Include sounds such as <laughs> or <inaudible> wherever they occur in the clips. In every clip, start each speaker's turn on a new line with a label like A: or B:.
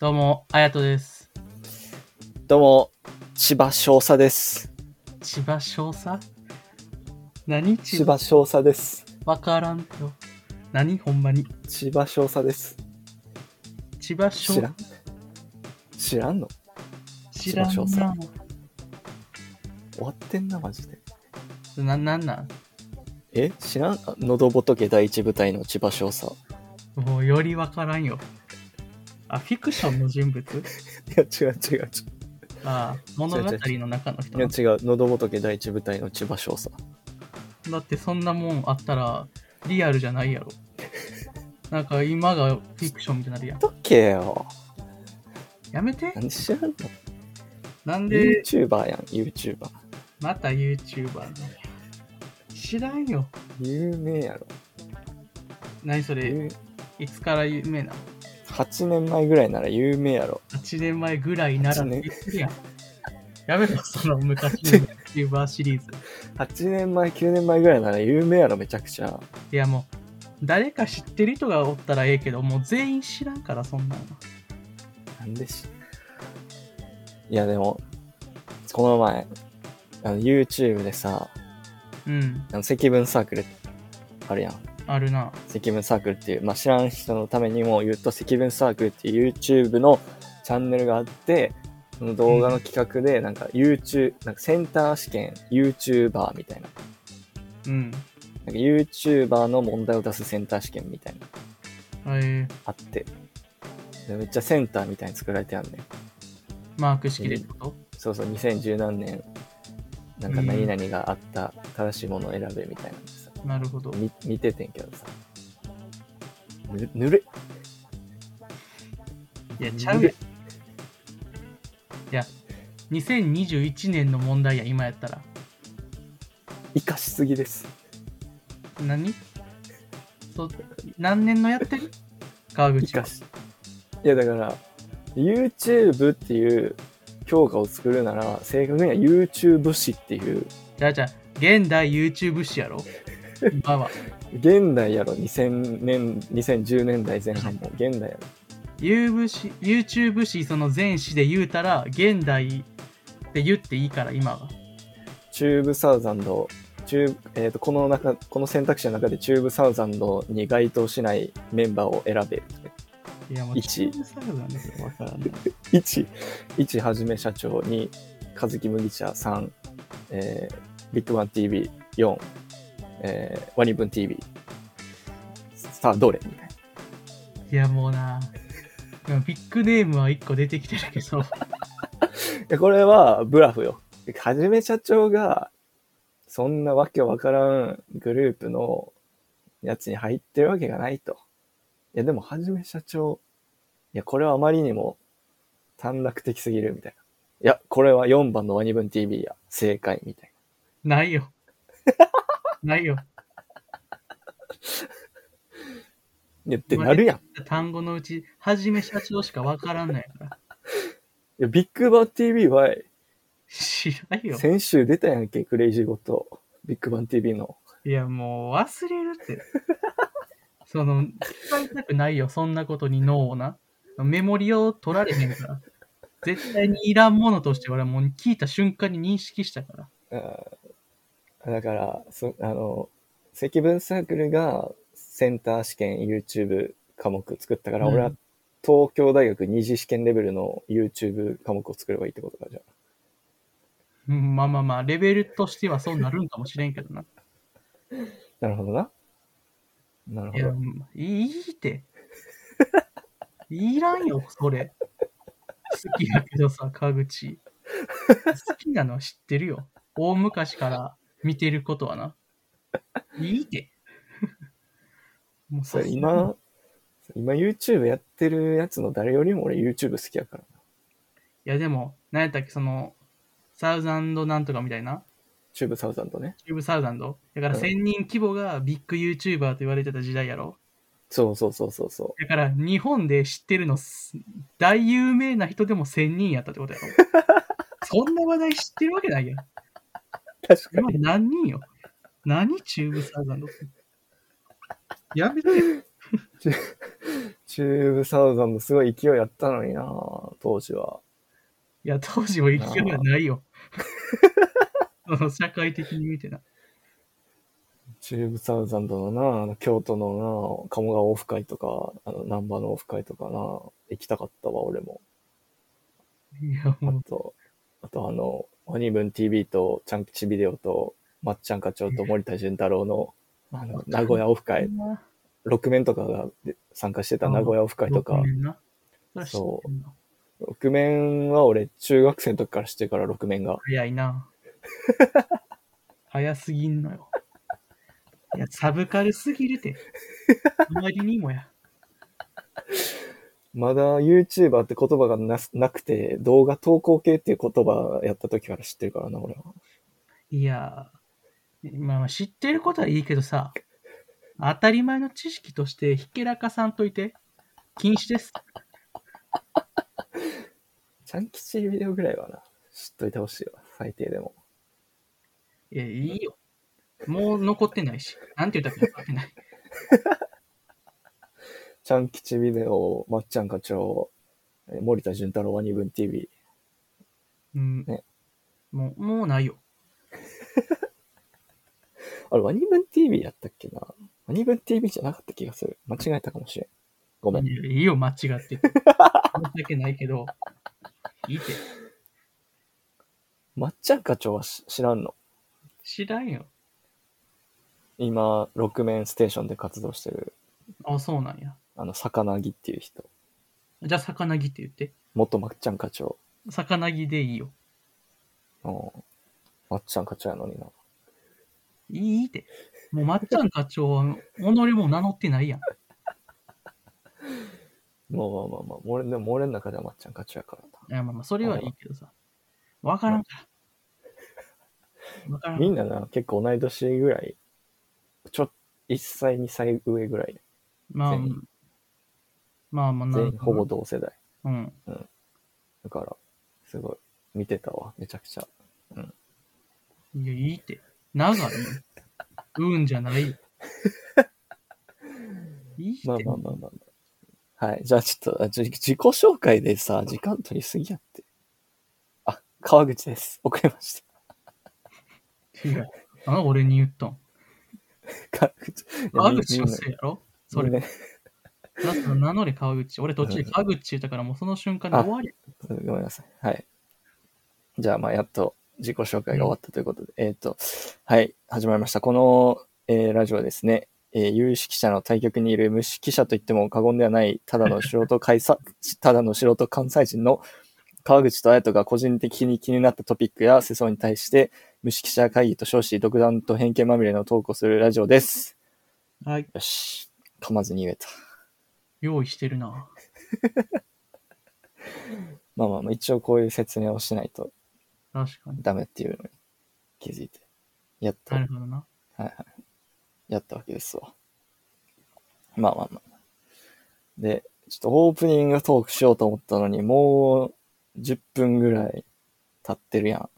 A: どうも、あやとです。
B: どうも、千葉少佐です。
A: 千葉少佐何
B: 千
A: 千葉
B: 葉少佐です。
A: わからんよ。何ほんまに。
B: 千葉少佐です。
A: 千葉少
B: 知らん知らんの
A: 知らん
B: 千葉
A: な。
B: 終わってんな、マジで。
A: な、なんなん
B: え知らんあ喉仏第一部隊の千葉少佐。
A: もうよりわからんよ。あ、フィクションの人物
B: いや、違う違う
A: ああ、物語の中の人
B: 違う。いや、違う。喉仏第一部隊の千葉少佐。
A: だってそんなもんあったら、リアルじゃないやろ。なんか今がフィクションみたいになるやん。
B: どけよ。
A: やめて
B: なんで知らんの
A: なんで
B: ?YouTuber やん、YouTuber。
A: また YouTuber なの知らんよ。
B: 有名やろ。
A: 何それ
B: 有
A: いつから有名なの
B: 8年前ぐらいなら有名やろ。
A: 8年前ぐらいなら
B: 8年
A: 言ってるやん。 <laughs> やめろ、その昔の YouTuber シリーズ。
B: 8年前、9年前ぐらいなら有名やろ、めちゃくちゃ。
A: いやもう、誰か知ってる人がおったらええけど、もう全員知らんから、そんなの。
B: なんでし。いや、でも、この前、あの、YouTube でさ、
A: うん、
B: あの、積分サークル、あるやん。
A: あるな。
B: 積分サークルっていう、まあ、知らん人のためにも言うと、積分サークルっていう YouTube のチャンネルがあって、その動画の企画で、なんか YouTube、なんかセンター試験 YouTuber みたいな。
A: うん。
B: なんか YouTuber の問題を出すセンター試験みたいな、
A: えー、
B: あって。でめっちゃセンターみたいに作られてあるねん。
A: マーク式でってこと
B: そうそう、2017年、なんか何々があった、正しいものを選べみたいなのさ、
A: なるほど。
B: み見ててんけどさ、ぬぬれ
A: いや、ちゃうやん。いや、2021年の問題や、今やったら。
B: 生かしすぎです。
A: 何そ何年のやってる川
B: 生
A: 口は
B: か。し。いや、だから、YouTube っていう教科を作るなら、正確には YouTube 史っていう、
A: じゃあじゃあ、現代 YouTube 誌やろ今は。
B: 現代やろ、2000年、2010年代前半も、現代やろ。
A: YouTube 誌 YouTube 誌その前誌で言うたら、現代って言っていいから、今は。
B: チューブサウザンド、チューブえー、とこの中この選択肢の中でチューブサウザンドに該当しないメンバーを選べ。
A: いや、もう、
B: 一
A: チームサイズなんですよ、わからない。
B: 1、1はじめ社長、2、和木麦茶、3、えービッグワン TV、4、えーワニブン TV。さあ、どれみたい
A: いや、もうな。でもビッグネームは1個出てきてるけど、 <laughs>
B: ないや。これはブラフよ。はじめ社長が、そんなわけわからんグループのやつに入ってるわけがないと。いや、でも、はじめ社長、いや、これはあまりにも短絡的すぎるみたいな。いや、これは4番のワニブン TV や、正解みたい
A: ないよ。ないよ。
B: な。いや、ってなるやん。い
A: 単語のうち、はじめ社長しかわからんのやから。
B: や、ビッグバン TV は、
A: 知らんよ。
B: 先週出たやんけ、クレイジーゴット。ビッグバン TV の。
A: いや、もう忘れるって。 <laughs> その、使いたくないよ、そんなことに脳をな。メモリを取られへんから。絶対にいらんものとして俺はもう聞いた瞬間に認識したから。
B: あーだから、そあの、積分サークルがセンター試験 YouTube 科目作ったから、
A: うん
B: 俺は東京大学二次試験レベルの YouTube 科目を作ればいいってことか、じゃあ。
A: うん、まあまあまあ、レベルとしてはそうなるんかもしれんけどな。
B: なるほどな。なる
A: いや、
B: ほ
A: う
B: ど。
A: んいいって。いらんよ、それ。好きだけどさ、川口。好きなのは知ってるよ。大昔から見てることはな。いいって。もう
B: そ
A: さ
B: れ今、今 YouTube やってるやつの誰よりも俺 YouTube 好きやから。
A: いやでも、何やったっけ、その、サウザンドなんとかみたいな、
B: チューブサウザンドね。
A: チューブサウザンド。だから
B: うん
A: 1000人規模がビッグ YouTuber と言われてた時代やろ。
B: そうそうそうそうそ
A: だから日本で知ってるのす、大有名な人でも1000人やったってことや
B: <laughs>
A: ろ。そんな話題知ってるわけないやん。
B: う。確か
A: 今
B: に。
A: 何人よ。何チューブサウザンドって。やめてよ。
B: チューブサウザンもすごい勢いあったのにな当時は。
A: いや、当時は勢いはないよ。その社会的に見てな。
B: チューブサウザンドのなあの京都のな鴨川オフ会とか、あの、南波のオフ会とかな行きたかったわ、俺も。
A: いや、
B: あ
A: もう、
B: と、あとあの、オニブン TV と、ちゃんきちビデオと、まっちゃん課長と森田俊太郎の、あの、名古屋オフ会、6面とかがで参加してた名古屋オフ会とか
A: 六、面な。そら知ってんな
B: 6面は俺、中学生の時からしてから6面が。
A: 早いな。早すぎんのよ。いや、サブカルすぎるて。あまりにもや。
B: まだ YouTuber って言葉がななくて、動画投稿系っていう言葉やった時から知ってるからな、俺は。
A: いやー、まあまあ知ってることはいいけどさ、当たり前の知識としてひけらかさんといて、禁止です。
B: ちゃんきちビデオぐらいはな、知っといてほしいわ、最低でも。
A: いや、いいよ。もう残ってないし。なんて言ったか残ってない。
B: ちゃんきちビデオ、まっちゃん課長、えー森田潤太郎は二分 TV。
A: うん。
B: ね
A: もう、もうないよ。
B: あれ、ワニブン TV やったっけなワニブン TV じゃなかった気がする。間違えたかもしれん。ごめん。
A: いやいいよ、間違ってて。申し訳ないけど、いいって。
B: まっちゃん課長はし知らんの。
A: 知らんよ。
B: 今、六面ステーションで活動してる、
A: あ、そうなんや。
B: あの、魚木っていう人。
A: じゃあ、魚木って言って。
B: 元まっちゃん課長。
A: 魚木でいいよ。
B: うん。まっちゃん課長やのにな。
A: いいって。もう、まっちゃん課長は、己も名乗ってないやん。
B: まあまあまあまあ、俺、でも俺の中ではまっちゃん課長やから
A: いや、まあまあ、それはいいけどさ。わからんから。わから
B: な。
A: ん。
B: みんなな、結構同い年ぐらい。ちょ、1歳、2歳上ぐらい。
A: まあ
B: 全員、
A: まあまあ、な
B: 全員ほぼ同世代。
A: うん。
B: だから、すごい、見てたわ、めちゃくちゃ。
A: いや、いいって。長いよ。うんじゃないよ。いいって。
B: まあまあまあまあ、まあ。はい。じゃあちょっと、あじ自己紹介でさ、時間取りすぎやって。あ、川口です。遅れまし
A: いやあの、俺に言ったん。
B: た。川口。いや
A: 川
B: み
A: 口のせいやろそれ。
B: み
A: だ
B: ん
A: っ
B: な
A: て名乗れ川口。俺途中で川口言ったからもうその瞬間で終わり。
B: みんなごめんなさい。はい。じゃあ、まあ、やっと自己紹介が終わったということで。えっ、と、はい。始まりました。この、えーラジオはですね。えー有識者の対局にいる無識者といっても過言ではない、ただの素人会さ、ただの素人関西人の川口と綾人が個人的に気になったトピックや世相に対して、無識者会議と称し、独断と偏見まみれの投稿するラジオです。
A: はい。
B: よし。噛まずに言えた。
A: 用意してるな。
B: まあまあまあ、一応こういう説明をしないと
A: 確かに。
B: ダメっていうのに気づいて。やっと
A: なるほどな。
B: はいはい。やったわけですわ。まあまあまあ。で、ちょっとオープニングトークしようと思ったのに、もう10分ぐらい経ってるやん。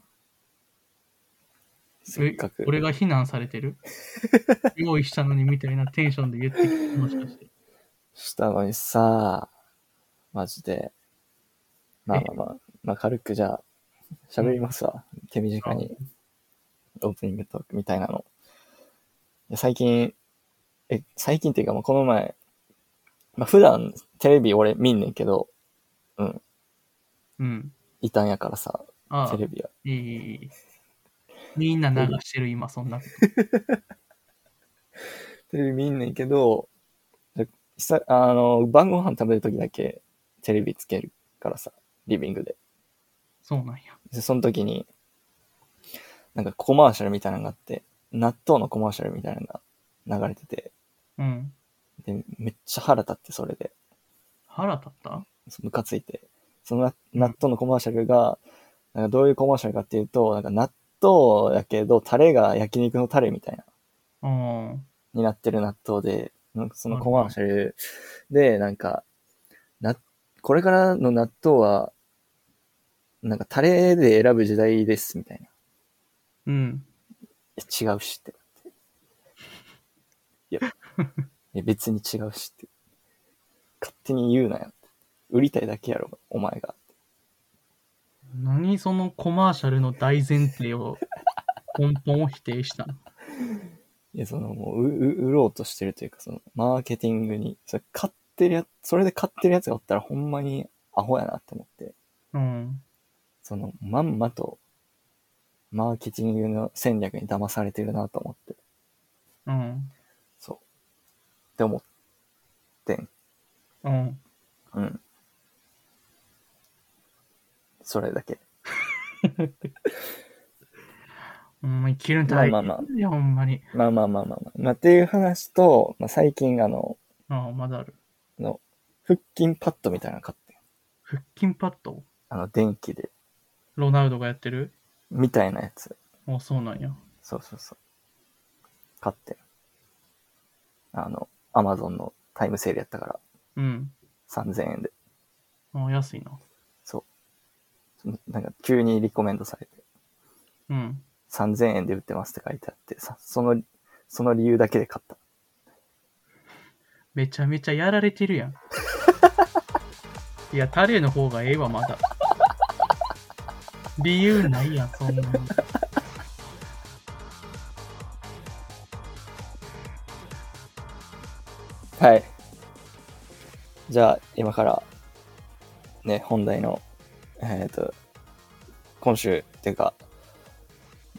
B: せっかく
A: え。俺が非難されてる
B: <laughs>
A: 用意したのにみたいなテンションで言ってきて、もしかして。
B: したのにさ、マジで。まあまあまあ、まあ軽くじゃあ、喋りますわ。手短に。オープニングトークみたいなの。いや最近、え、最近っていうか、まあ、この前、まあ、普段テレビ俺見んねんけど、
A: うん。
B: 異端やからさ、
A: あ
B: テレビは。
A: あ、いいいいいい。みんな流してる今、そんなこと。
B: テレビ見んねんけど、で久あの、晩ご飯食べるときだけテレビつけるからさ、リビングで。
A: そうなんや。
B: で、その時に、なんかコマーシャルみたいなのがあって、納豆のコマーシャルみたいなのが流れてて、
A: うん。
B: で、めっちゃ腹立って、それで。
A: 腹立った
B: そムカついて。そのな納豆のコマーシャルが、なんかどういうコマーシャルかっていうと、なんか納豆やけど、タレが焼肉のタレみたいな、
A: うん。
B: になってる納豆で、なんかそのコマーシャルで、なんか、な、これからの納豆は、なんかタレで選ぶ時代です、みたいな。
A: うん。
B: いや違うしってなって。いや、いや別に違うしって。勝手に言うなよ。売りたいだけやろ、お前が。
A: 何そのコマーシャルの大前提
B: <laughs>
A: を根本を否定したの
B: いや、その、もう、うう売ろうとしてるというか、その、マーケティングに、それ買ってるやつ、それで買ってるやつがおったら、ほんまにアホやなって思って、
A: うん。
B: その、まんまと、マーケティングの戦略に騙されてるなと思って、
A: うん。
B: そう。って思ってん。
A: うん。
B: うん。それだけ。
A: ほんまに切るん大
B: まあまあま
A: いや、ほんまに。
B: まあまあまあまあまあ。まあ、っていう話と、まあ、最近、あの、
A: ああ、まだある。
B: の、腹筋パッドみたいなの買ってん。
A: 腹筋パッド
B: あの、電気で、
A: ロナウドがやってる
B: みたいなやつ。
A: あそうなんや。
B: そうそうそう。買ってん。あの、アマゾンのタイムセールやったから、
A: うん。
B: 3000円で。
A: あ安いな。
B: そう。なんか、急にリコメンドされて、
A: うん。
B: 3000円で売ってますって書いてあって、さその、その理由だけで買った。
A: めちゃめちゃやられてるやん。いや、タレの方がええわ、まだ。理由ないやん、そんなの。
B: はい。じゃあ、今から、ね、本題の、えっ、と、今週っていうか、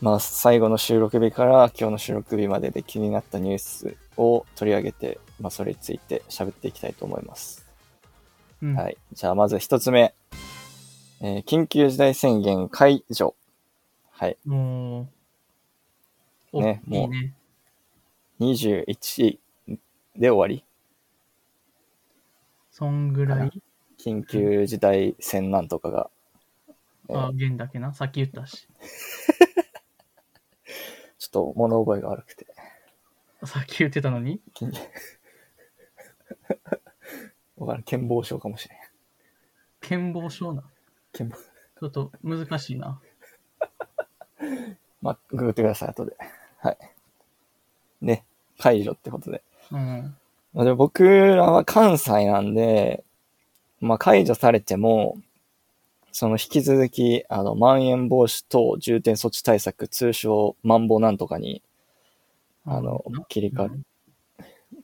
B: まあ、最後の収録日から今日の収録日までで気になったニュースを取り上げて、まあ、それについて喋っていきたいと思います。
A: うん。
B: はい。じゃあ、まず一つ目。えー緊急事態宣言解除。はい。
A: もう、お
B: ね
A: いいね。
B: 21位で終わり。
A: そんぐらい、
B: 緊急事態宣なんとかがうん
A: あ、弦だけな。さっき言ったし。
B: ちょっと物覚えが悪くて。
A: さっき言ってたのに。
B: 緊急。わからん。健忘症かもしれん。
A: 健忘症な。
B: 健忘。
A: ちょっと難しいな。
B: まあ、ググってください、後で。はい。ね。解除ってことで。
A: うん。
B: まあ、でも僕らは関西なんで、まあ、解除されても、その引き続き、あの、まん延防止等重点措置対策、通称、マンボなんとかに、あの
A: な、
B: 切り替わ
A: う
B: る
A: ん、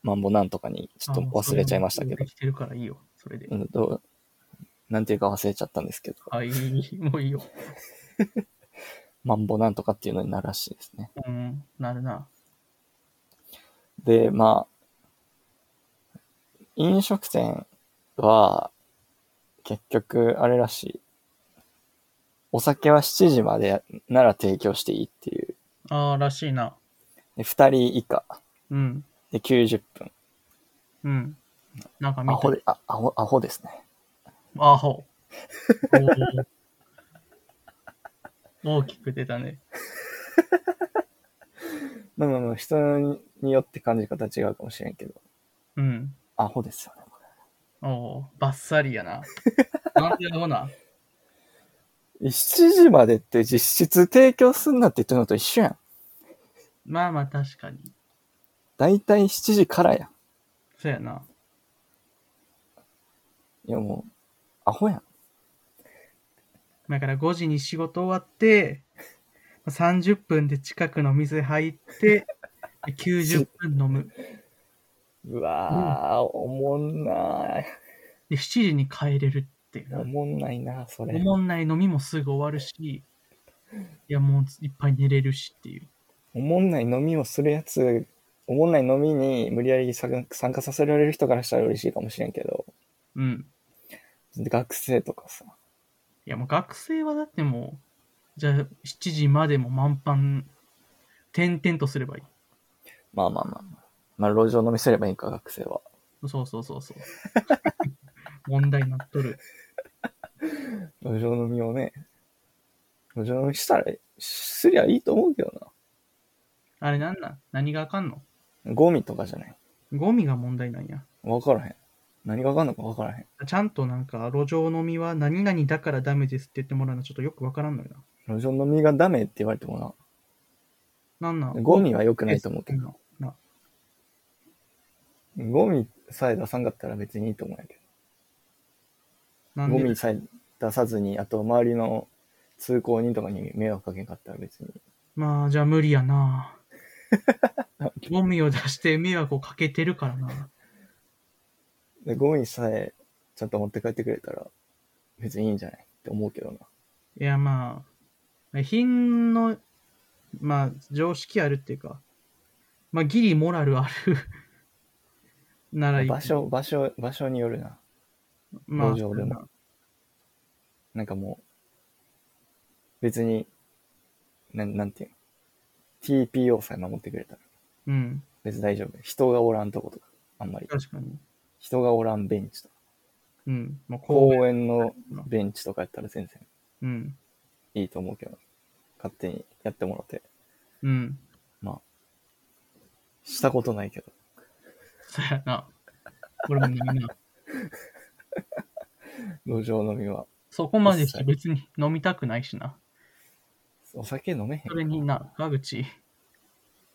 B: マンボなんとかに、ちょっと忘れちゃいましたけ
A: あも
B: ど
A: うそれはもうで、きてるからいいよ、それで
B: う。ん、どう、なんていうか忘れちゃったんですけど、
A: はい、もういいよ。
B: マンボなんとかっていうのになるらしいですね。
A: うん、なるな。
B: で、まあ、飲食店は、結局、あれらしい。お酒は7時までなら提供していいっていう。
A: ああ、らしいな。
B: で、2人以下。
A: うん、
B: で、90分。
A: うん。なんか見
B: アホ
A: て
B: で、あ、アホ、アホですね。
A: ア
B: <laughs>
A: ホ。おー大きく出たね。
B: まあまあまあ、人によって感じ方違うかもしれんけど、
A: うん。
B: アホですよね。こ
A: おおー、バッサリや
B: <laughs>
A: な。なんでやろうな。
B: れ7時までって実質提供すんなって言ってるのと一緒やん。
A: まあまあ、確かに。
B: だいたい7時からや
A: そうやな。
B: ん。いやもう、アホやん。
A: だから5時に仕事終わって、30分で近くの店入って、90分飲む。
B: うわー、おもんなー。
A: で、7時に帰れるっていうな
B: お。もんないな、そ
A: お
B: れ。
A: もんない飲みもすぐ終わるし、いや、もういっぱい寝れるしっていう。
B: おもんない飲みをするやつ、おもんない飲みに無理やり参参加させられる人からしたら嬉しいかもしれんけど、
A: うん。
B: 学生とかさ、
A: いや、もう学生はだってもう、じゃあ7時までも満帆、点々とすればい
B: まあまあまあまあ、まあ路上飲みすればいいか、学生は。
A: い。そうそうそう <laughs> そう。問題になっとる。
B: 路上飲みをね、路上飲みしたら、すりゃいいと思うけど
A: あれなんなん何があかんの
B: な。ゴミとかじゃない。
A: ゴミが問題なんや。
B: わからへん。何がわかんのかわからへん。
A: ちゃんとなんか、路上飲みは何々だからダメですって言ってもらうのはちょっとよくわからんのよな。
B: 路上飲みがダメって言われても
A: なんな
B: な、
A: ん
B: ゴミは良くないと思うけど、
A: な。な
B: ゴミ、さえ出さんかったら別にいいと思うんやけ
A: な
B: ど。
A: ん
B: ゴ
A: で
B: ミさえ出さずに、あと周りの通行人とかに迷惑かけんかったら別に。
A: まあ、じゃあ無理や
B: <laughs>
A: な。ゴミを出して迷惑をかけてるからな。
B: で、ゴミさえちゃんと持って帰ってくれたら別にいいんじゃないって思うけどな。
A: いや、まあ、品の、まあ、常識あるっていうか、まあ、ギリモラルある <laughs> ならいい。
B: 場所、場所、場所によるな。
A: まあ、
B: 路上でもなんかもう、別に、なん、なんていうの ?TPO さえ守ってくれたら
A: うん、
B: 別に大丈夫。人がおらんとことか、あんまり。
A: 確かに。
B: 人がおらんベンチとか、
A: うん、まあ、公園
B: 公園のベンチとかやったら全然
A: うん、
B: いいと思うけど、勝手にやってもらって。
A: うん、
B: したことないけど。
A: そうやな。俺もない
B: <laughs>
A: な。
B: 路上飲みは。
A: そこまでして別に飲みたくないしな。
B: お酒飲めへん。
A: それにな、川口、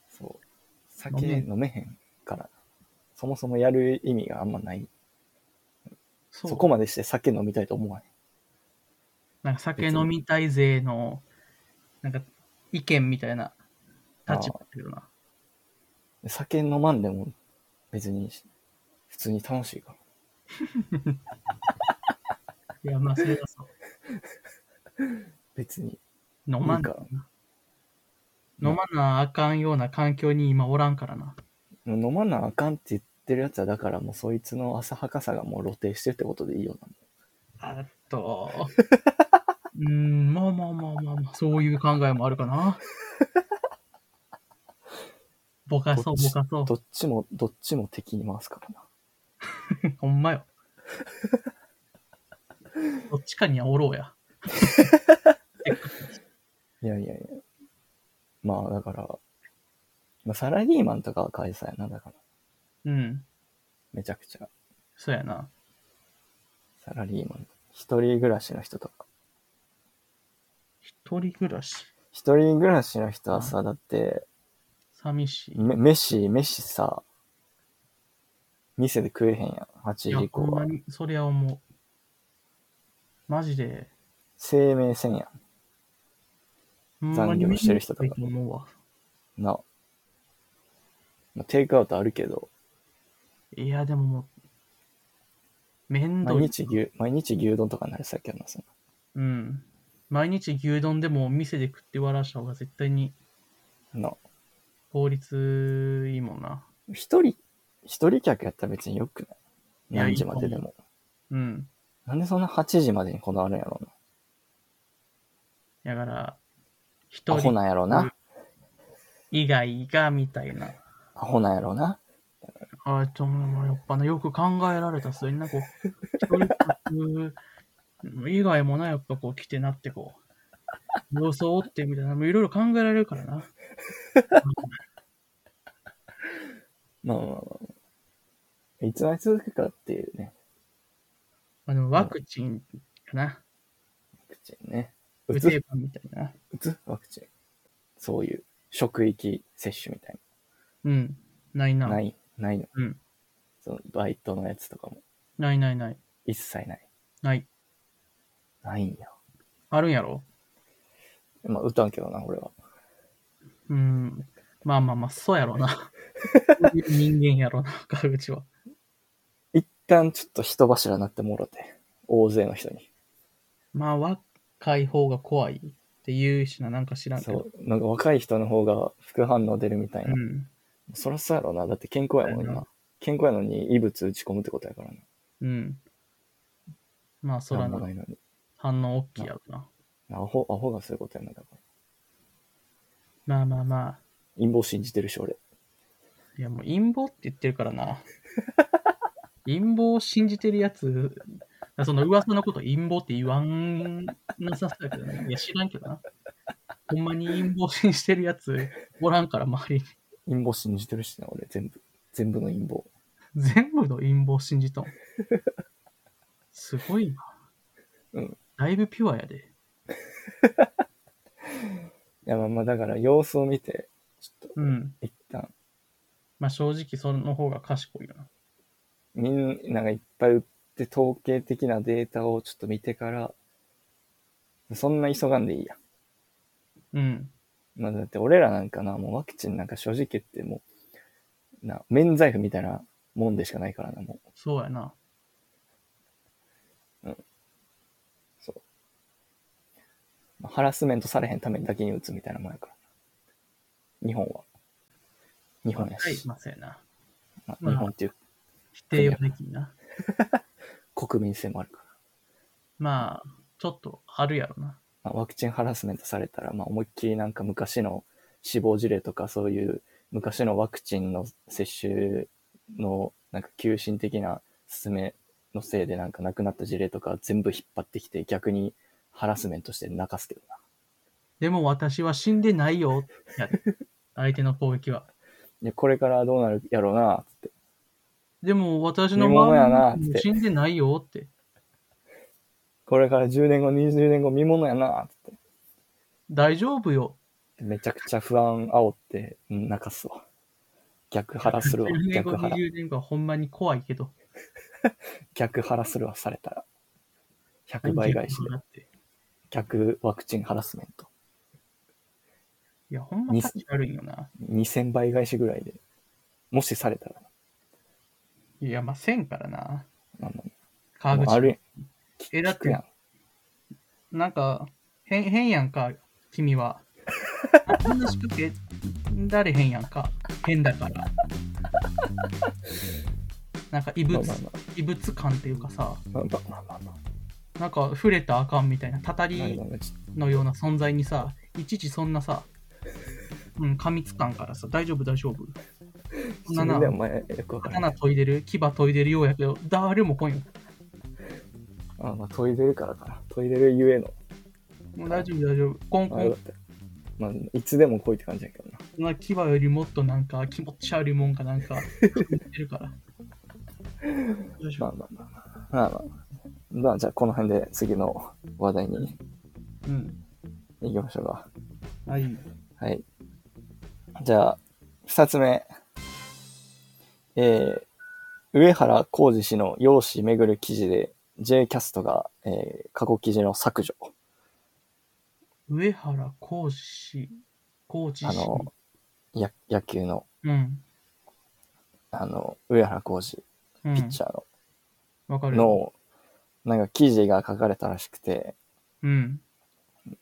B: そう。酒飲めへんから。そもそもやる意味があんまない。
A: そ
B: そうこまでして酒飲みたいと思わへん。
A: なんか酒飲みたい勢の、なんか意見みたいな立場だけどな。
B: 酒飲まんでも別に普通に楽しいから。
A: いや、まあ、それはそう。
B: 別に。
A: 飲
B: いい
A: まん、
B: か。
A: 飲まなあかんような環境に今おらんからな。
B: 飲まなあかんって言ってるやつはだからもうそいつの浅はかさがもう露呈してるってことでいいよな。
A: あと、 <laughs> うーん、まあまあまあまあまあ、そういう考えもあるかな。
B: <laughs>
A: ぼかそう、
B: どっ
A: ぼ
B: ち
A: かそ
B: どっちも、どっちも敵に回すからな。
A: う。ほんま
B: <laughs>
A: よ。どっちかにはおろうや。
B: いやいやいや。まあだから、まあ、サラリーマンとかは会社やな、だから。
A: うん、
B: めちゃくちゃ。
A: そうやな。
B: サラリーマン。一人暮らしの人とか。
A: 一人暮らし、
B: 一人暮らしの人はさ、だって、
A: 寂しい。
B: め、飯、飯さ、店で食えへんやん。8時
A: い
B: 以
A: や、ほ
B: 降
A: んま
B: は。
A: に、それは思う。マジで、
B: 生命線や
A: ほんま
B: 残
A: に
B: 業してる人とか
A: 面倒くさい思うわ。
B: ん。な。まあ、テイクアウトあるけど、
A: いや、でももう、面倒
B: 毎
A: い
B: 日牛、毎日牛丼とかになりそうやけどな、その
A: うん。毎日牛丼でも店で食って笑わした方が絶対に
B: な。
A: 効率いいもんな。
B: 一人、一人客やったら別によくない
A: いや
B: 何時までで
A: いい
B: も。
A: うん。
B: なんでそんな8時までにこだわるんやろう
A: だから、一
B: な。アホ
A: 人
B: なんやろう
A: うん
B: な。
A: 以外がみたいな。
B: アホなんやろうな。
A: あちょもうやっぱな、よく考えられたっすよ。なんかこう、一人客以外もな、やっぱこう来てなってこう、様子を追ってみたいな、もういろいろ考えられるからな。
B: まあまあまあまあ。いつまで続くかっていうね、
A: まあでもワクチンかな。
B: ワクチンね。
A: 打
B: 打
A: て
B: つ
A: ばみたいな。
B: 打つワクチン。そういう、職域接種みたい
A: うん。ないな。。
B: な。ないい、ないの。
A: うん。
B: そのバイトのやつとかも
A: ないないない。
B: 一切ない。
A: ない。
B: ないんや。
A: あるんやろ
B: まあ、打たんけどな、俺は。
A: うん。まあまあまあ、そうやろな。
B: <laughs>
A: そういう人間やろな、川口は。
B: 一旦ちょっと人柱になってもろて。大勢の人に。
A: まあ、若い方が怖いって言うしな、なんか知らんけ
B: そ
A: ど。
B: う。なんか若い人の方が副反応出るみたいな。
A: ん。
B: そりゃそうやろな。だって健康やもん
A: そうや
B: な。健康やのに異物打ち込むってことやからな。
A: うん。まあ、そら
B: なんも
A: な
B: ないのに。
A: 反応大きいやろな。
B: アホ、アホがそういうことやな。だから
A: まあまあまあ。
B: 陰謀信じてるし、俺。
A: いや、もう陰謀って言ってるから
B: <laughs>
A: な。陰謀を信じてるやつ、その噂のこと陰謀って言わんなさそうやけどね。いや、知らんけどな。ほんまに陰謀信じてるやつおらんから、周りに。
B: 陰謀信じてるしな、俺。全部。全部の陰謀。
A: 全部の陰謀信じとん。すごいな。
B: うん
A: だいぶピュアやで。
B: いや、まあまあ、だから様子を見て、ちょっと、
A: うん。
B: 一旦、
A: まあ正直その方が賢いよな。
B: みんながいっぱい売って統計的なデータをちょっと見てから、そんな急がんでいいや。
A: うん。
B: まあだって俺らなんかな、もうワクチンなんか正直言ってもう、な、免罪符みたいなもんでしかないからな、もう。
A: そうやな。
B: まあハラスメントされへんためだけに打つみたいなもんやから。日本は。日本や
A: はい
B: し。、
A: まあ、そうやな。
B: まあ
A: まあ
B: 日本っていう
A: 否定はできんな。
B: 国民性もあるから。
A: まあ、ちょっとあるやろな。
B: まあ、ワクチンハラスメントされたら、まあ、思いっきりなんか昔の死亡事例とかそういう昔のワクチンの接種のなんか急進的な進めのせいでなんか亡くなった事例とか全部引っ張ってきて逆にハラスメントして泣かすけどな。
A: でも私は死んでないよ。やで相手の攻撃は。
B: いや、これからどうなるやろうな、つって。
A: でも私の
B: 見ものやな
A: 周りに
B: って
A: 死んでないよって。
B: これから10年後、20年後見物やな、つって。
A: 大丈夫よ。
B: めちゃくちゃ不安煽ってうん泣かすわ。逆ハラするわ
A: <laughs> 10 。年後、
B: 逆ハラ。
A: 20年後はほんまに怖いけど。
B: 逆ハラするわ、されたら。100倍返しで。
A: だって
B: 逆ワクチンハラスメント。
A: いや、ほんま立ち悪いよな。
B: 2000倍返しぐらいで。もしされたら、
A: いや、まあ、せんからな。
B: まあまあ、
A: 川
B: もう
A: 口。
B: あるやん。
A: え、だっ
B: 聞くや
A: て、
B: ん。
A: なんか、変、変やんか、君は。こんなしくて、誰変やんか。変だ
B: <laughs>
A: から。なんか、異物
B: まあ、まあまあ
A: 異物感っていうかさ、
B: まあまあまあまあまあ。
A: なんか、触れたらあかんみたいな、たた
B: まあ
A: り
B: まあまあちょ
A: のような存在にさ、いちいちそんなさ、うん、過密感からさ、大丈夫、大丈夫。そんなな
B: 自分で、はお前よくわからない。
A: 刀研いでる、牙研いでるようやけど、誰も来んよ。
B: あまあ、研いでるからかな。研いでるゆえの。
A: もう大丈夫、大丈夫。コンコ
B: あよか
A: ン、
B: った。まあ、いつでも来いって感じやけどな。
A: そんな牙よりもっとなんか気持ち悪いもんかなんか、言ってるから。よいし
B: <laughs> ま
A: ょ
B: あまあまあまあ。まあまあまあ、じゃあこの辺で次の話題に
A: うん。
B: 行きましょうか。
A: はい。
B: はい。じゃあ、二つ目。えー、上原浩二氏の容姿めぐる記事で、J キャストが、えー過去記事の削除。
A: 上原浩二、浩二氏。
B: あの、や野球の、
A: うん。
B: あの、上原浩二、
A: うん
B: ピッチャーの、
A: わかる。
B: の、なんか記事が書かれたらしくて、
A: うん。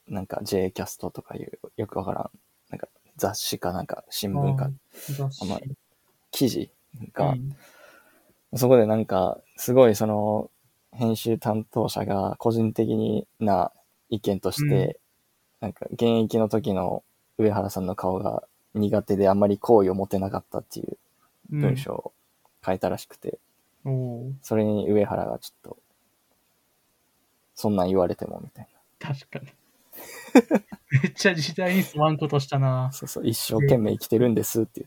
B: なんか J キャストとかいう、よくわからん、なんか雑誌かなんか新聞
A: あ
B: か
A: ー、雑誌
B: あんま記事が、
A: うん
B: そこでなんか、すごいその、編集担当者が個人的な意見として、なんか現役の時の上原さんの顔が苦手であんまり好意を持てなかったっていう文章を書いたらしく
A: う
B: て、
A: んおー
B: それに上原がちょっと、そんなん言われてもみたい
A: 確かに。めっちゃ時代に沿わんことしたな
B: な。。そうそう、一生懸命生きてるんですって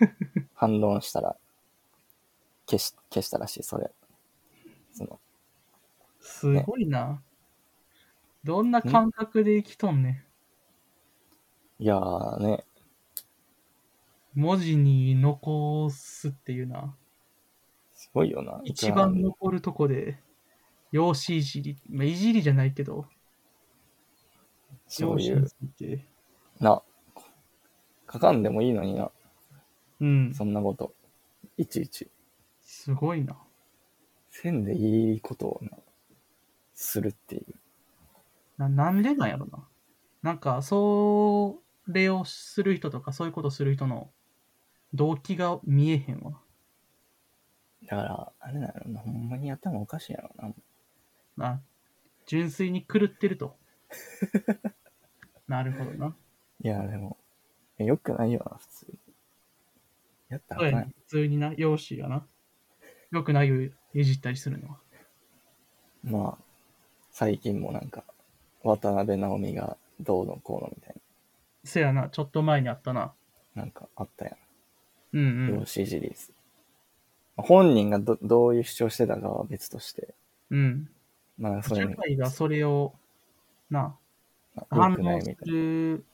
B: 言 <laughs> って、反論したら、消し、消したらしい、それ。その、
A: すごいな。どんな感覚で生きとんねん。
B: いやーね、
A: 文字に残すっていうな。
B: すごいよな。
A: 一番
B: の
A: 残るとこで、容姿いじり、まあ、いじりじゃないけど、
B: そ
A: 容
B: うい
A: 姿に
B: う、
A: ついて。
B: な、書かんでもいいのにな、
A: うん。
B: そんなこと。いちいち、
A: すごいな。
B: せんでいいことをな、するっていう。
A: ななんでなんやろな。なんか、それをする人とか、そういうことする人の動機が見えへんわ。
B: だから、あれだろうな、ほんまに頭おかしいやろな。
A: な純粋に狂ってると。 <laughs> なるほどな。
B: いや、でも、よくないよな、普通に。やったら
A: そう
B: あ
A: や
B: かん
A: な
B: やん。
A: 普通にな、容姿やな。よくないよ、いじったりするのは。
B: まあ、最近もなんか、渡辺直美がどうのこうのみたい
A: せやな、ちょっと前にあったな。
B: な、なんかあったやん。
A: うんうん
B: 養。子シリーズ。本人がどどういう主張してたかは別として、
A: うん。
B: まあ、そういう
A: 社
B: の
A: 会がそれを、な、
B: まあ
A: 反
B: 良くない
A: 応
B: みた
A: す
B: いな。
A: る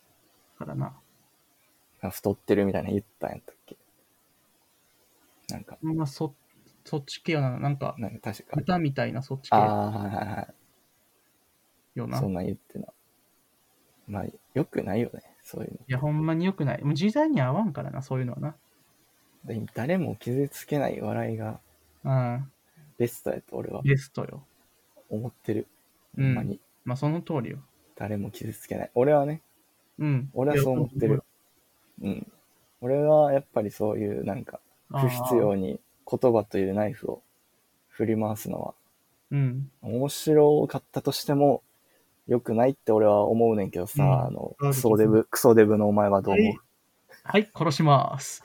A: からな。
B: 太ってるみたいなの言ったんやったっけなんか、
A: まあ、そ、そっち系やな。なんか、
B: なんか確か。
A: 歌みたいなそっち系
B: ああ、はいはいは
A: よ
B: い。
A: な。
B: そ
A: い
B: んなん言ってな。まあ、よくないよね。そういうの。
A: や、ほんまに良くない。もう時代に合わんからな、そういうのはな。
B: で誰も傷つけない笑いが
A: うん。
B: ベストやと俺は
A: ベストよ。
B: 思ってる。
A: う
B: ほ
A: ん
B: んまに。
A: まあ、その通りよ。
B: 誰も傷つけない。俺はね、
A: うん。
B: 俺はそう思ってる。うん。俺はやっぱりそういうなんか、不必要
A: に。
B: に言葉というナイフを振り回すのは、
A: うん。
B: 面白かったとしても、良くないって俺は思うねんけどさ、
A: うん
B: あの、
A: うん
B: クソデブ、クソデブのお前はどう思う、
A: はい、殺します。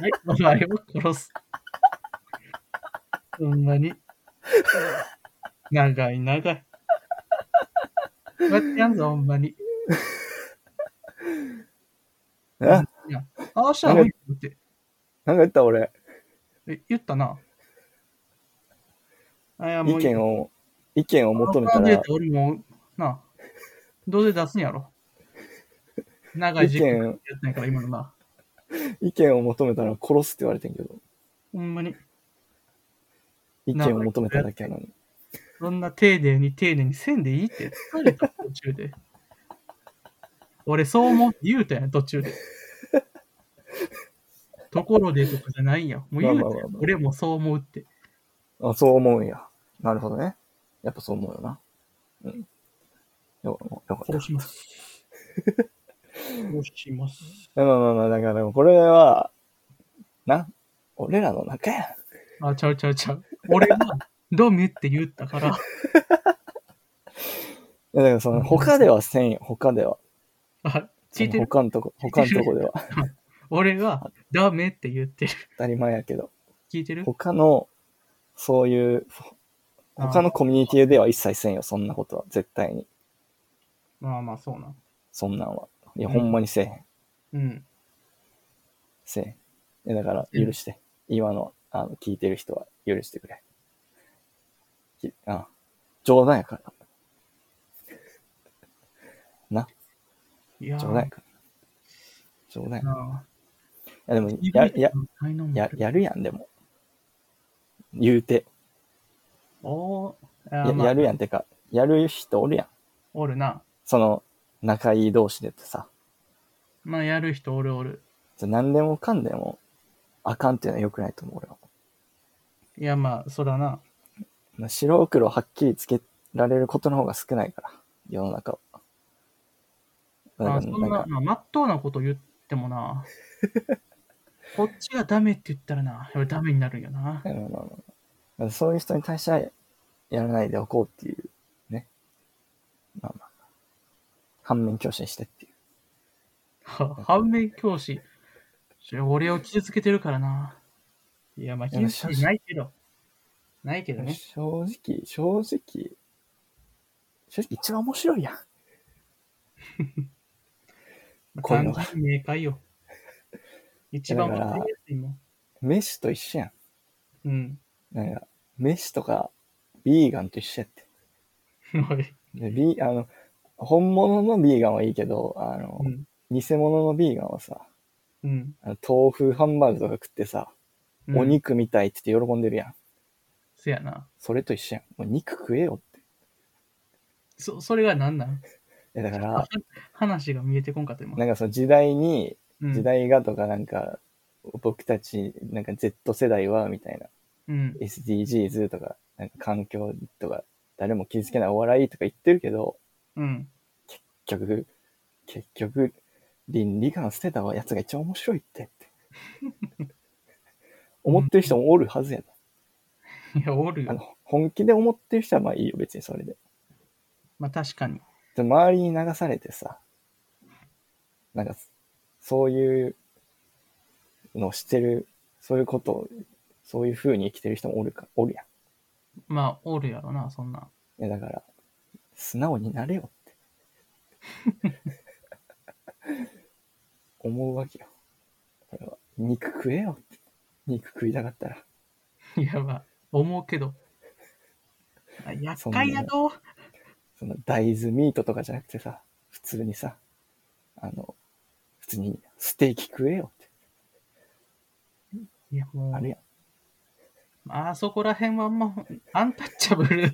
A: はい、お前を殺す。ほんまに。長い長い。こうやってやんぞ、ほんまに。い
B: え
A: や、ああしたらもういいよって。
B: なんか言った俺、
A: え、言ったな。あいや、
B: 意
A: もういい
B: 見を、意見を求めた
A: このデー
B: ら
A: タ、俺も、なあ、どうせ出すんやろ。長い
B: 意
A: 時間やっ
B: 見、
A: てないから、今のな。
B: 意見を求めたら殺すって言われてんけど、
A: ほんまに。
B: 意見を求めただけなのに。
A: そんな丁寧に丁寧にせんでいいって疲れた途中で。俺そう思うって言うたやん、途中で。ところでとかじゃないんや。もう言うた
B: まあまあ
A: や
B: まあ
A: ん
B: ま。あ
A: 俺もそう思うって。
B: あ、そう思うんや。なるほどね。やっぱそう思うよな。うん。よ、よかった
A: 殺。します。殺します。
B: まあまあまあ、だからこれは、な、俺らの中やん。
A: あ、ちゃうちゃうちゃう。俺がドミュって言ったから。
B: いやだからその、他ではせんよ、他では。
A: あ聞いて
B: そ
A: る
B: の他のとこ、他のとこでは。
A: 俺がダメって言ってる。
B: 当たり前やけど。
A: 聞いてる
B: <laughs> 他の、そういう、
A: あ
B: 他のコミュニティでは一切せんよ、そんなことは。絶対に。
A: まあまあそうな。
B: そんなんは。いや、
A: うん
B: ほんまにせえへん。
A: うん。
B: せえへん。いやだから、許して。今の、あの、聞いてる人は許してくれ。きあ、冗談やから。
A: いやー
B: 冗談やから。冗談や。い
A: なあ
B: や、でも、や、や、
A: 才能もあ
B: や
A: る、
B: やるやん、でも。言うて。
A: おー
B: や
A: あーまあ
B: やるやんてか、やる人おるやん。
A: おるな。
B: その、仲いい同士でってさ、
A: まあ、やる人おるおる。
B: じゃあ何でもかんでも、あかんっていうのは良くないと思う俺は。
A: いや、まあ、そうだな。
B: まあ白黒はっきりつけられることの方が少ないから、世の中は。だ
A: ま
B: か
A: あ、
B: ら
A: そ
B: なんん
A: な、
B: か、
A: まあ、まっとうなこと言ってもな。 <laughs> こっちがダメって言ったらな、やっぱダメになるんよな。
B: まあまあまあまあだからそういう人に対してはやらないでおこうっていう、ね。まあまあ。反面教師にしてっていう。 <laughs>
A: は反面教師。それ俺を傷つけてるからな。いや、まあ、
B: いや
A: 傷つけてないけど。ないけどね。
B: 正直、正直、正直一番面白いやん。こういう
A: 単
B: のが
A: 純に明快よ。一番わかりやすいもん。
B: メッシと一緒やん。
A: うん。 <laughs>
B: なんか、メッシとか、ビーガンと一緒やって。
A: おい
B: で、ビー、あの、本物のビーガンはいいけど、あの
A: う、ん。
B: 偽物のビーガンはさ、
A: うん。
B: あの豆腐ハンバーグとか食ってさ、
A: うん
B: お。肉みたいって言って喜んでるやん。
A: せやな。
B: それと一緒やん。もう肉食えよって。
A: そ、それが何なん
B: いやだから、
A: <laughs> 話が見えてこんかった今。
B: なんかその時代に、
A: うん
B: 時。代がとかなんか、僕たち、なんか Z 世代は、みたいな、
A: うん。
B: SDGs とか、なんか環境とか、誰も傷つけないお笑いとか言ってるけど、
A: うん。
B: 結局、結局、倫理観捨てたやつが一番面白いってって。思ってる人もおるはずや
A: いや、おる
B: な。あ
A: よ。
B: の、本気で思ってる人はまあいいよ、別にそれで。
A: まあ確かに。
B: でも周りに流されてさ、なんか、そういうのをしてる、そういうことを、そういう風に生きてる人もおるか、おるや
A: まあ、おるやろな、そんな。
B: ん。いや、だから、素直になれよって。 <laughs> 思うわけよ。これは肉食えよって。肉食いたかったら。
A: いや、まあ、思うけど。あ厄
B: そんな
A: 介やど。
B: その大豆ミートとかじゃなくてさ、普通にさ、あの、普通にステーキ食えよって。
A: いや、も
B: ある
A: う、
B: やん。
A: まあそこら辺はあんま、アンタッチャブ
B: <laughs>
A: ル。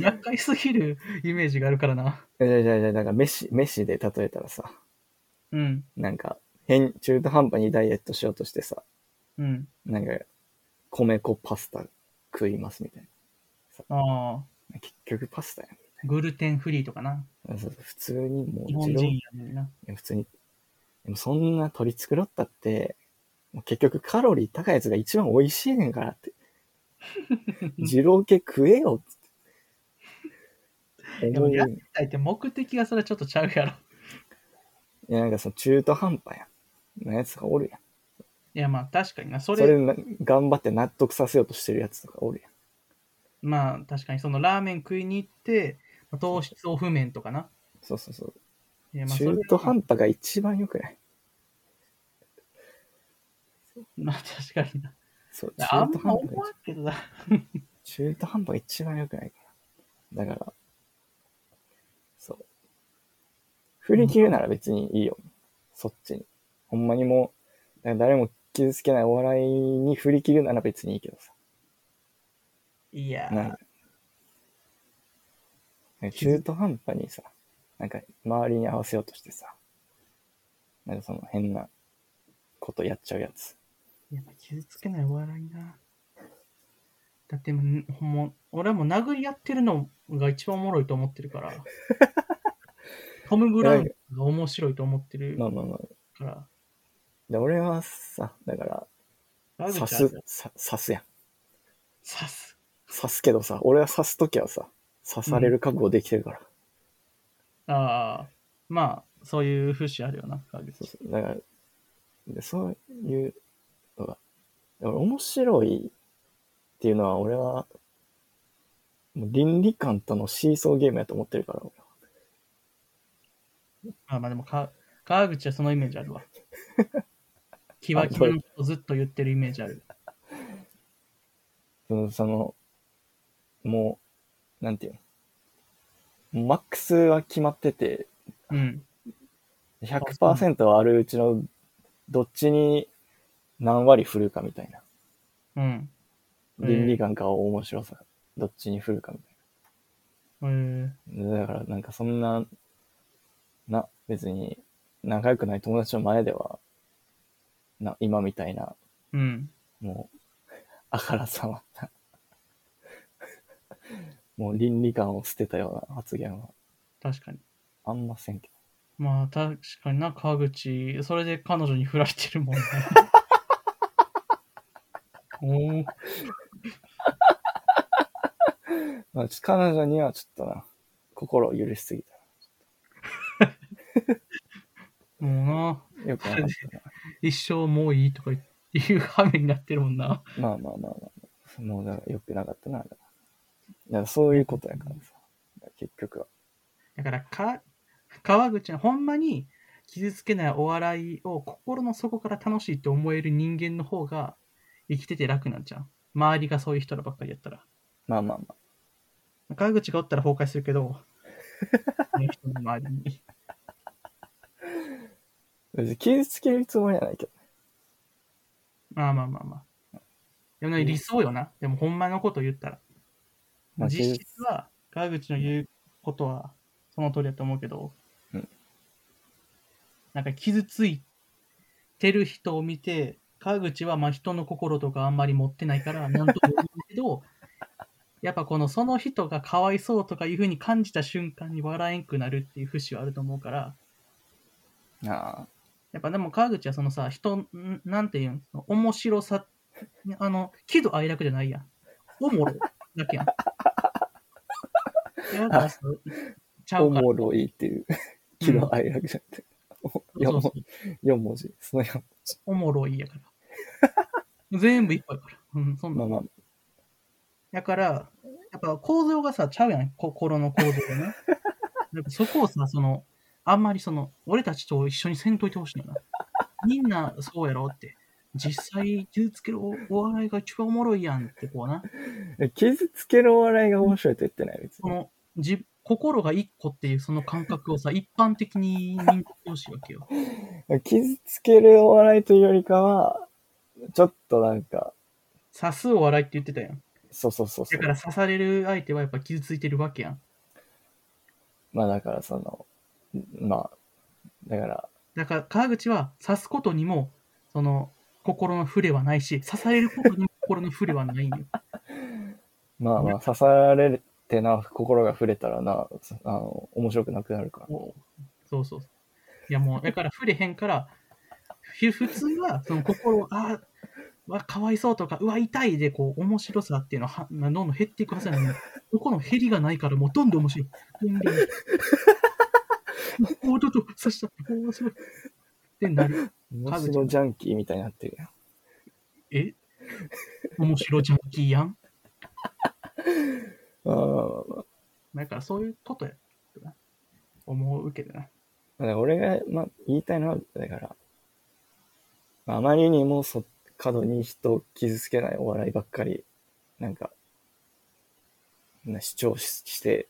A: 厄介すぎるイメージがあるからな。
B: じゃあじゃあじゃあなんか飯、飯で例えたらさ、
A: うん、
B: なんか、変、中途半端にダイエットしようとしてさ、
A: うん。
B: なんか、米粉パスタ食いますみたい
A: ああ、
B: な。結局パスタやん。
A: グルテンフリーとかな。
B: そう普通にもう
A: 日本
B: 自
A: 人
B: 動、
A: や
B: い
A: のにな。
B: や普通に、でもそんな取り繕ったって、もう結局カロリー高いやつが一番美味しいねんから
A: <laughs>
B: って。二郎系食えよっつって。
A: でもやだって目的がそれはちょっとちゃうやろ。
B: いや、なんかその中途半端やん。なやつがおるやん。
A: いやまあ確かにな。そ
B: そ
A: れ、
B: れな頑張って納得させようとしてるやつとかおるやん。
A: まあ確かにそのラーメン食いに行って、糖質オフ麺とかな。
B: そうそうそう。
A: いやまあそれ
B: 中途半端が一番良くない。
A: まあ確かにな。
B: そう、中
A: あん
B: 途
A: ま
B: 半端が
A: 思
B: 一
A: わんけどな。
B: 中途半端が一番良くないから。だから、そう。振り切るなら別にいいよ。そっちに。ほんまにもう、だから誰も傷つけないお笑いに振り切るなら別にいいけどさ。
A: い
B: なん
A: や
B: か、なんか中途半端にさ、なんか周りに合わせようとしてさ、なんかその変なことやっちゃうやつ。
A: ー、やっぱ傷つけないお笑いな。だってもう、ほんま、俺はもう殴り合ってるのが一番おもろいと思ってる
B: <laughs>
A: から。トム・ブラウンが面白いと思ってる
B: まあまあまあ。
A: から。
B: で俺はさ、だから、
A: ラグ
B: 刺
A: ちゃん
B: す
A: が、
B: さ刺すやん。
A: 刺す。
B: 刺すけどさ、俺は刺すときはさ、刺される覚悟できてるから。
A: ああ、まあ、そういう節あるよな、川口
B: そうそうだからで、そういうのが、だから面白いっていうのは俺は、もう倫理観とのシーソーゲームやと思ってるから、俺は
A: まあまあでもか、川口はそのイメージあ
B: <laughs>
A: るわ。キワキワのことずっと言ってるイメージある。
B: その、その、もう、なんていうの。マックスは決まってて、
A: うん。
B: 100%はあるうちの、どっちに何割振るかみたいな。
A: うん。うん
B: 倫理観か面白さ、どっちに振るかみたい
A: えー、
B: な。だから、なんかそんな、な、別に、仲良くない友達の前では、な、今みたいな、
A: うん。
B: もう、あからさまな、もう倫理観を捨てたような発言は、
A: 確かに。
B: あんませんけど。
A: まあ確かにな、川口、それで彼女に振られてる <laughs> もんね。おお、
B: まあ、ちょ彼女にはちょっとな、心を許しすぎ
A: もう
B: た。よくなかったな。
A: な、一生もういいとか言う羽目になってるもんな。
B: まあまあまあまあ。もうだからよくなかったな。だからだからそういうことやからさ。だから結局は。
A: だからか、川口はほんまに傷つけないお笑いを心の底から楽しいって思える人間の方が生きてて楽なんじゃん。周りがそういう人らばっかりやったら。
B: まあまあまあ。
A: 川口がおったら崩壊するけど、 <laughs> あの人の周りに。
B: 別に傷つけるつもりはないけど。
A: まあまあまあまあ。でもね理想よな。でもほんまのこと言ったら。
B: まあ、
A: 実
B: 傷
A: 質は、川口の言うことは、その通りだと思うけど、
B: うん
A: なんか傷ついてる人を見て、川口はまあ人の心とかあんまり持ってないから、なんとも言うけど、 <laughs> やっぱこのその人がかわいそうとかいうふうに感じた瞬間に笑えんくなるっていう節はあると思うから、
B: ああ。
A: やっぱでも川口はそのさ、人、んなんていうん、面白さ、あの、喜怒哀楽じゃないやん。おもろだけやん。いやだからそうちゃ
B: お
A: うから。
B: もろいっていう。喜怒哀楽じゃなくて。
A: そ
B: 4
A: うそう
B: 文字。その4
A: おもろいやから。全部いっぱいやから。うん、そん
B: ま
A: な
B: あ
A: ん。
B: まあ。
A: だから、やっぱ構造がさ、ちゃうやん。心の構造が <laughs> ね。やっぱそこをさ、その、あんまりその、俺たちと一緒にせんといてほしいな。みんなそうやろって。実際、傷つけるおお笑いが一番おもろいやんってこうな。
B: え傷つけるお笑いが面白いと言ってない、別
A: そ
B: に。
A: のじ心が一個っていうその感覚をさ、一般的に認識してほしいわけよ。
B: 傷つけるお笑いというよりかは、ちょっとなんか、
A: 刺すお笑いって言ってたやん。
B: そうそうそうそ
A: だ
B: う
A: か。ら刺される相手はやっぱ傷ついてるわけやん。
B: まあだからその、まあ、だから、
A: だから川口は刺すことにも、その、心の触れはないし、刺されることにも心の触れはないんよ。
B: まあまあ、刺されてな、心が触れたらな、あの、面白くなくなるから。
A: そうそう。いやもう、だから触れへんから、ふ普通はその心を、ああ、うわかわいそうとか、うわ、痛いで、こう、面白さっていうのはは、どんどん減っていくはずなのに、そこの減りがないから、もうどんどん面白い。どんどん。おーちょっと刺した。おー面白い。ってなる。
B: 面白ジャンキーみたいになってるやん。
A: え面白ジャンキーやん。
B: まあまあまあまあ
A: だからそういうことや。思うけどな。
B: だから俺が、まあ、言いたいのは、だから、あまりにもそ過度に人を傷つけないお笑いばっかり、なんか、な主張しして、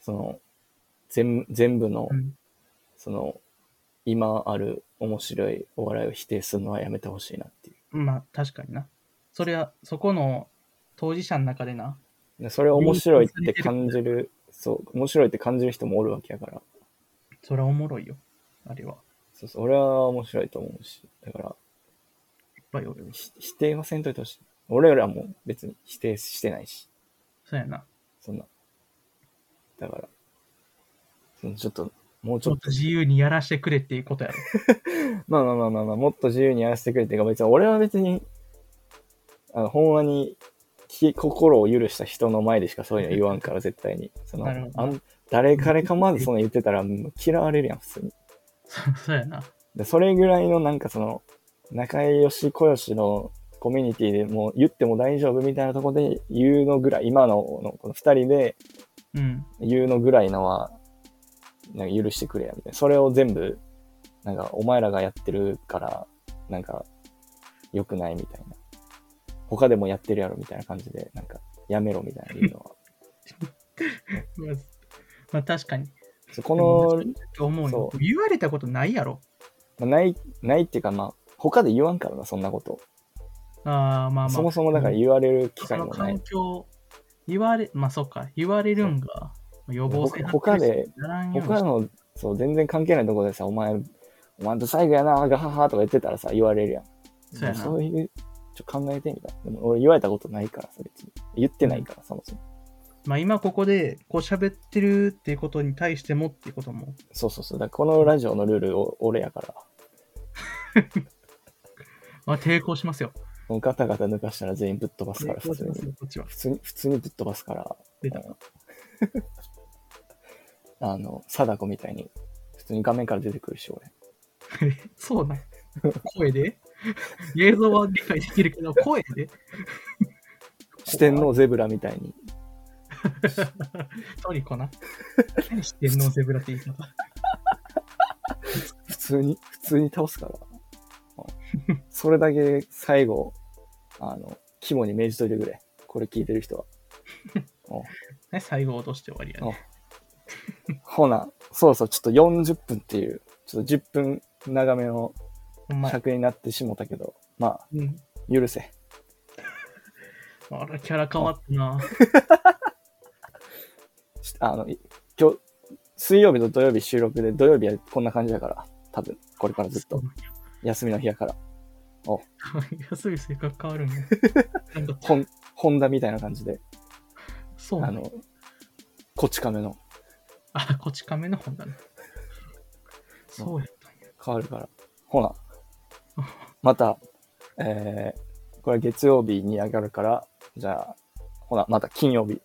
B: その、全全部の、
A: うん
B: その、今ある面白いお笑いを否定するのはやめてほしいなってい
A: まあ、確かにな。それは、そこの当事者の中でな、
B: う。でそれを面白いって感じる、そう、面白いって感じる人もおるわけやから、
A: それはおもろいよ。あれは。い
B: そうそう、俺は面白いと思うし、だから、
A: っぱいおる。
B: ひ否定はせんといてほしい。俺らも別に否定してないし、
A: そうやな。
B: そんな。だから、そのちょっと、もうち
A: ちょ
B: ょっ
A: っと自由にやらしてくれっていうことやろ。 <laughs>
B: と、まあまあまあまあまあ、もっと自由にやらせてくれっていうか、別に俺は別に、あの、ほんまに、き心を許した人の前でしかそういうの言わんから、絶対に。その、
A: なるほど
B: あん誰彼かまずその言ってたら、もう嫌われるやん、普通に。
A: そうそうやな。
B: でそれぐらいのなんかその、仲良し小良しのコミュニティでもう言っても大丈夫みたいなところで言うのぐらい、今ののこの二人で
A: うん。
B: 言うのぐらいのは、なんか許してくれやみたいな。それを全部、なんかお前らがやってるから、なんか良くないみたいな。他でもやってるやろみたいな感じで、なんかやめろみたいな言うの
A: <laughs>
B: は。
A: まあまあ、確かに。
B: そうこの、
A: 思うよ
B: そ。
A: 言われたことないやろ。
B: まあない、ないっていうかまあ、他で言わんからな、そんなこと。
A: ああ、まあまあ。
B: そもそもだから言われる機
A: そ
B: 会
A: の
B: もない
A: 環。境、言われ、まあそっか、言われるんが、予防性
B: ほ他で
A: ならんように
B: 他の、そう、全然関係ないところでさ、お前、お前と最後やな、ガハハとか言ってたらさ、言われるやん。
A: そうやな
B: ういう、ちょ考えてみたいな。でも俺言われたことないからさ、別に。言ってないから、そもそも。
A: まあ今ここで、こう喋ってるっていうことに対してもっていうことも、
B: そうそうそう。だからこのラジオのルールを俺やから、
A: まあ抵抗しますよ。
B: もうガタガタ抜かしたら全員ぶっ飛ばすから、
A: 抵抗
B: 普
A: し
B: 通
A: ます
B: に。
A: よ、こっちは。 <laughs>
B: 普通に、普通にぶっ飛ばすから、
A: 出た。
B: <laughs> あの、貞子みたいに、普通に画面から出てくるし、俺。
A: えそうなん。声
B: <laughs>
A: で映像は理解できるけど、声で
B: 四天王ゼブラみたいに、
A: トリコな。何してんの、ゼブラって言い方。
B: 普通に、普通に倒すから。うんそれだけ最後、あの、肝に銘じといてくれ。これ聞いてる人は。うん
A: ね、最後落として終わりやね。
B: ほな、そうそう、ちょっと40分っていう、ちょっと10分長めの
A: ほんまや。
B: 尺になってしもたけど、まあ、
A: うん。
B: 許せ。
A: あら、キャラ変わったな。
B: しあの、い今日、水曜日と土曜日収録で、土曜日はこんな感じだから、多分、これからずっと、休みの日やから、
A: 安い性格変
B: <laughs>
A: わるんや。なんか、
B: ほん、ホンダみたいな感じで、
A: そうな
B: あ
A: の。
B: の、こち亀の
A: あ、こち亀の本だね。そうやったんや。
B: 変わるから、ほな、また、えー、これ月曜日に上がるから、じゃあ、ほな、また金曜日。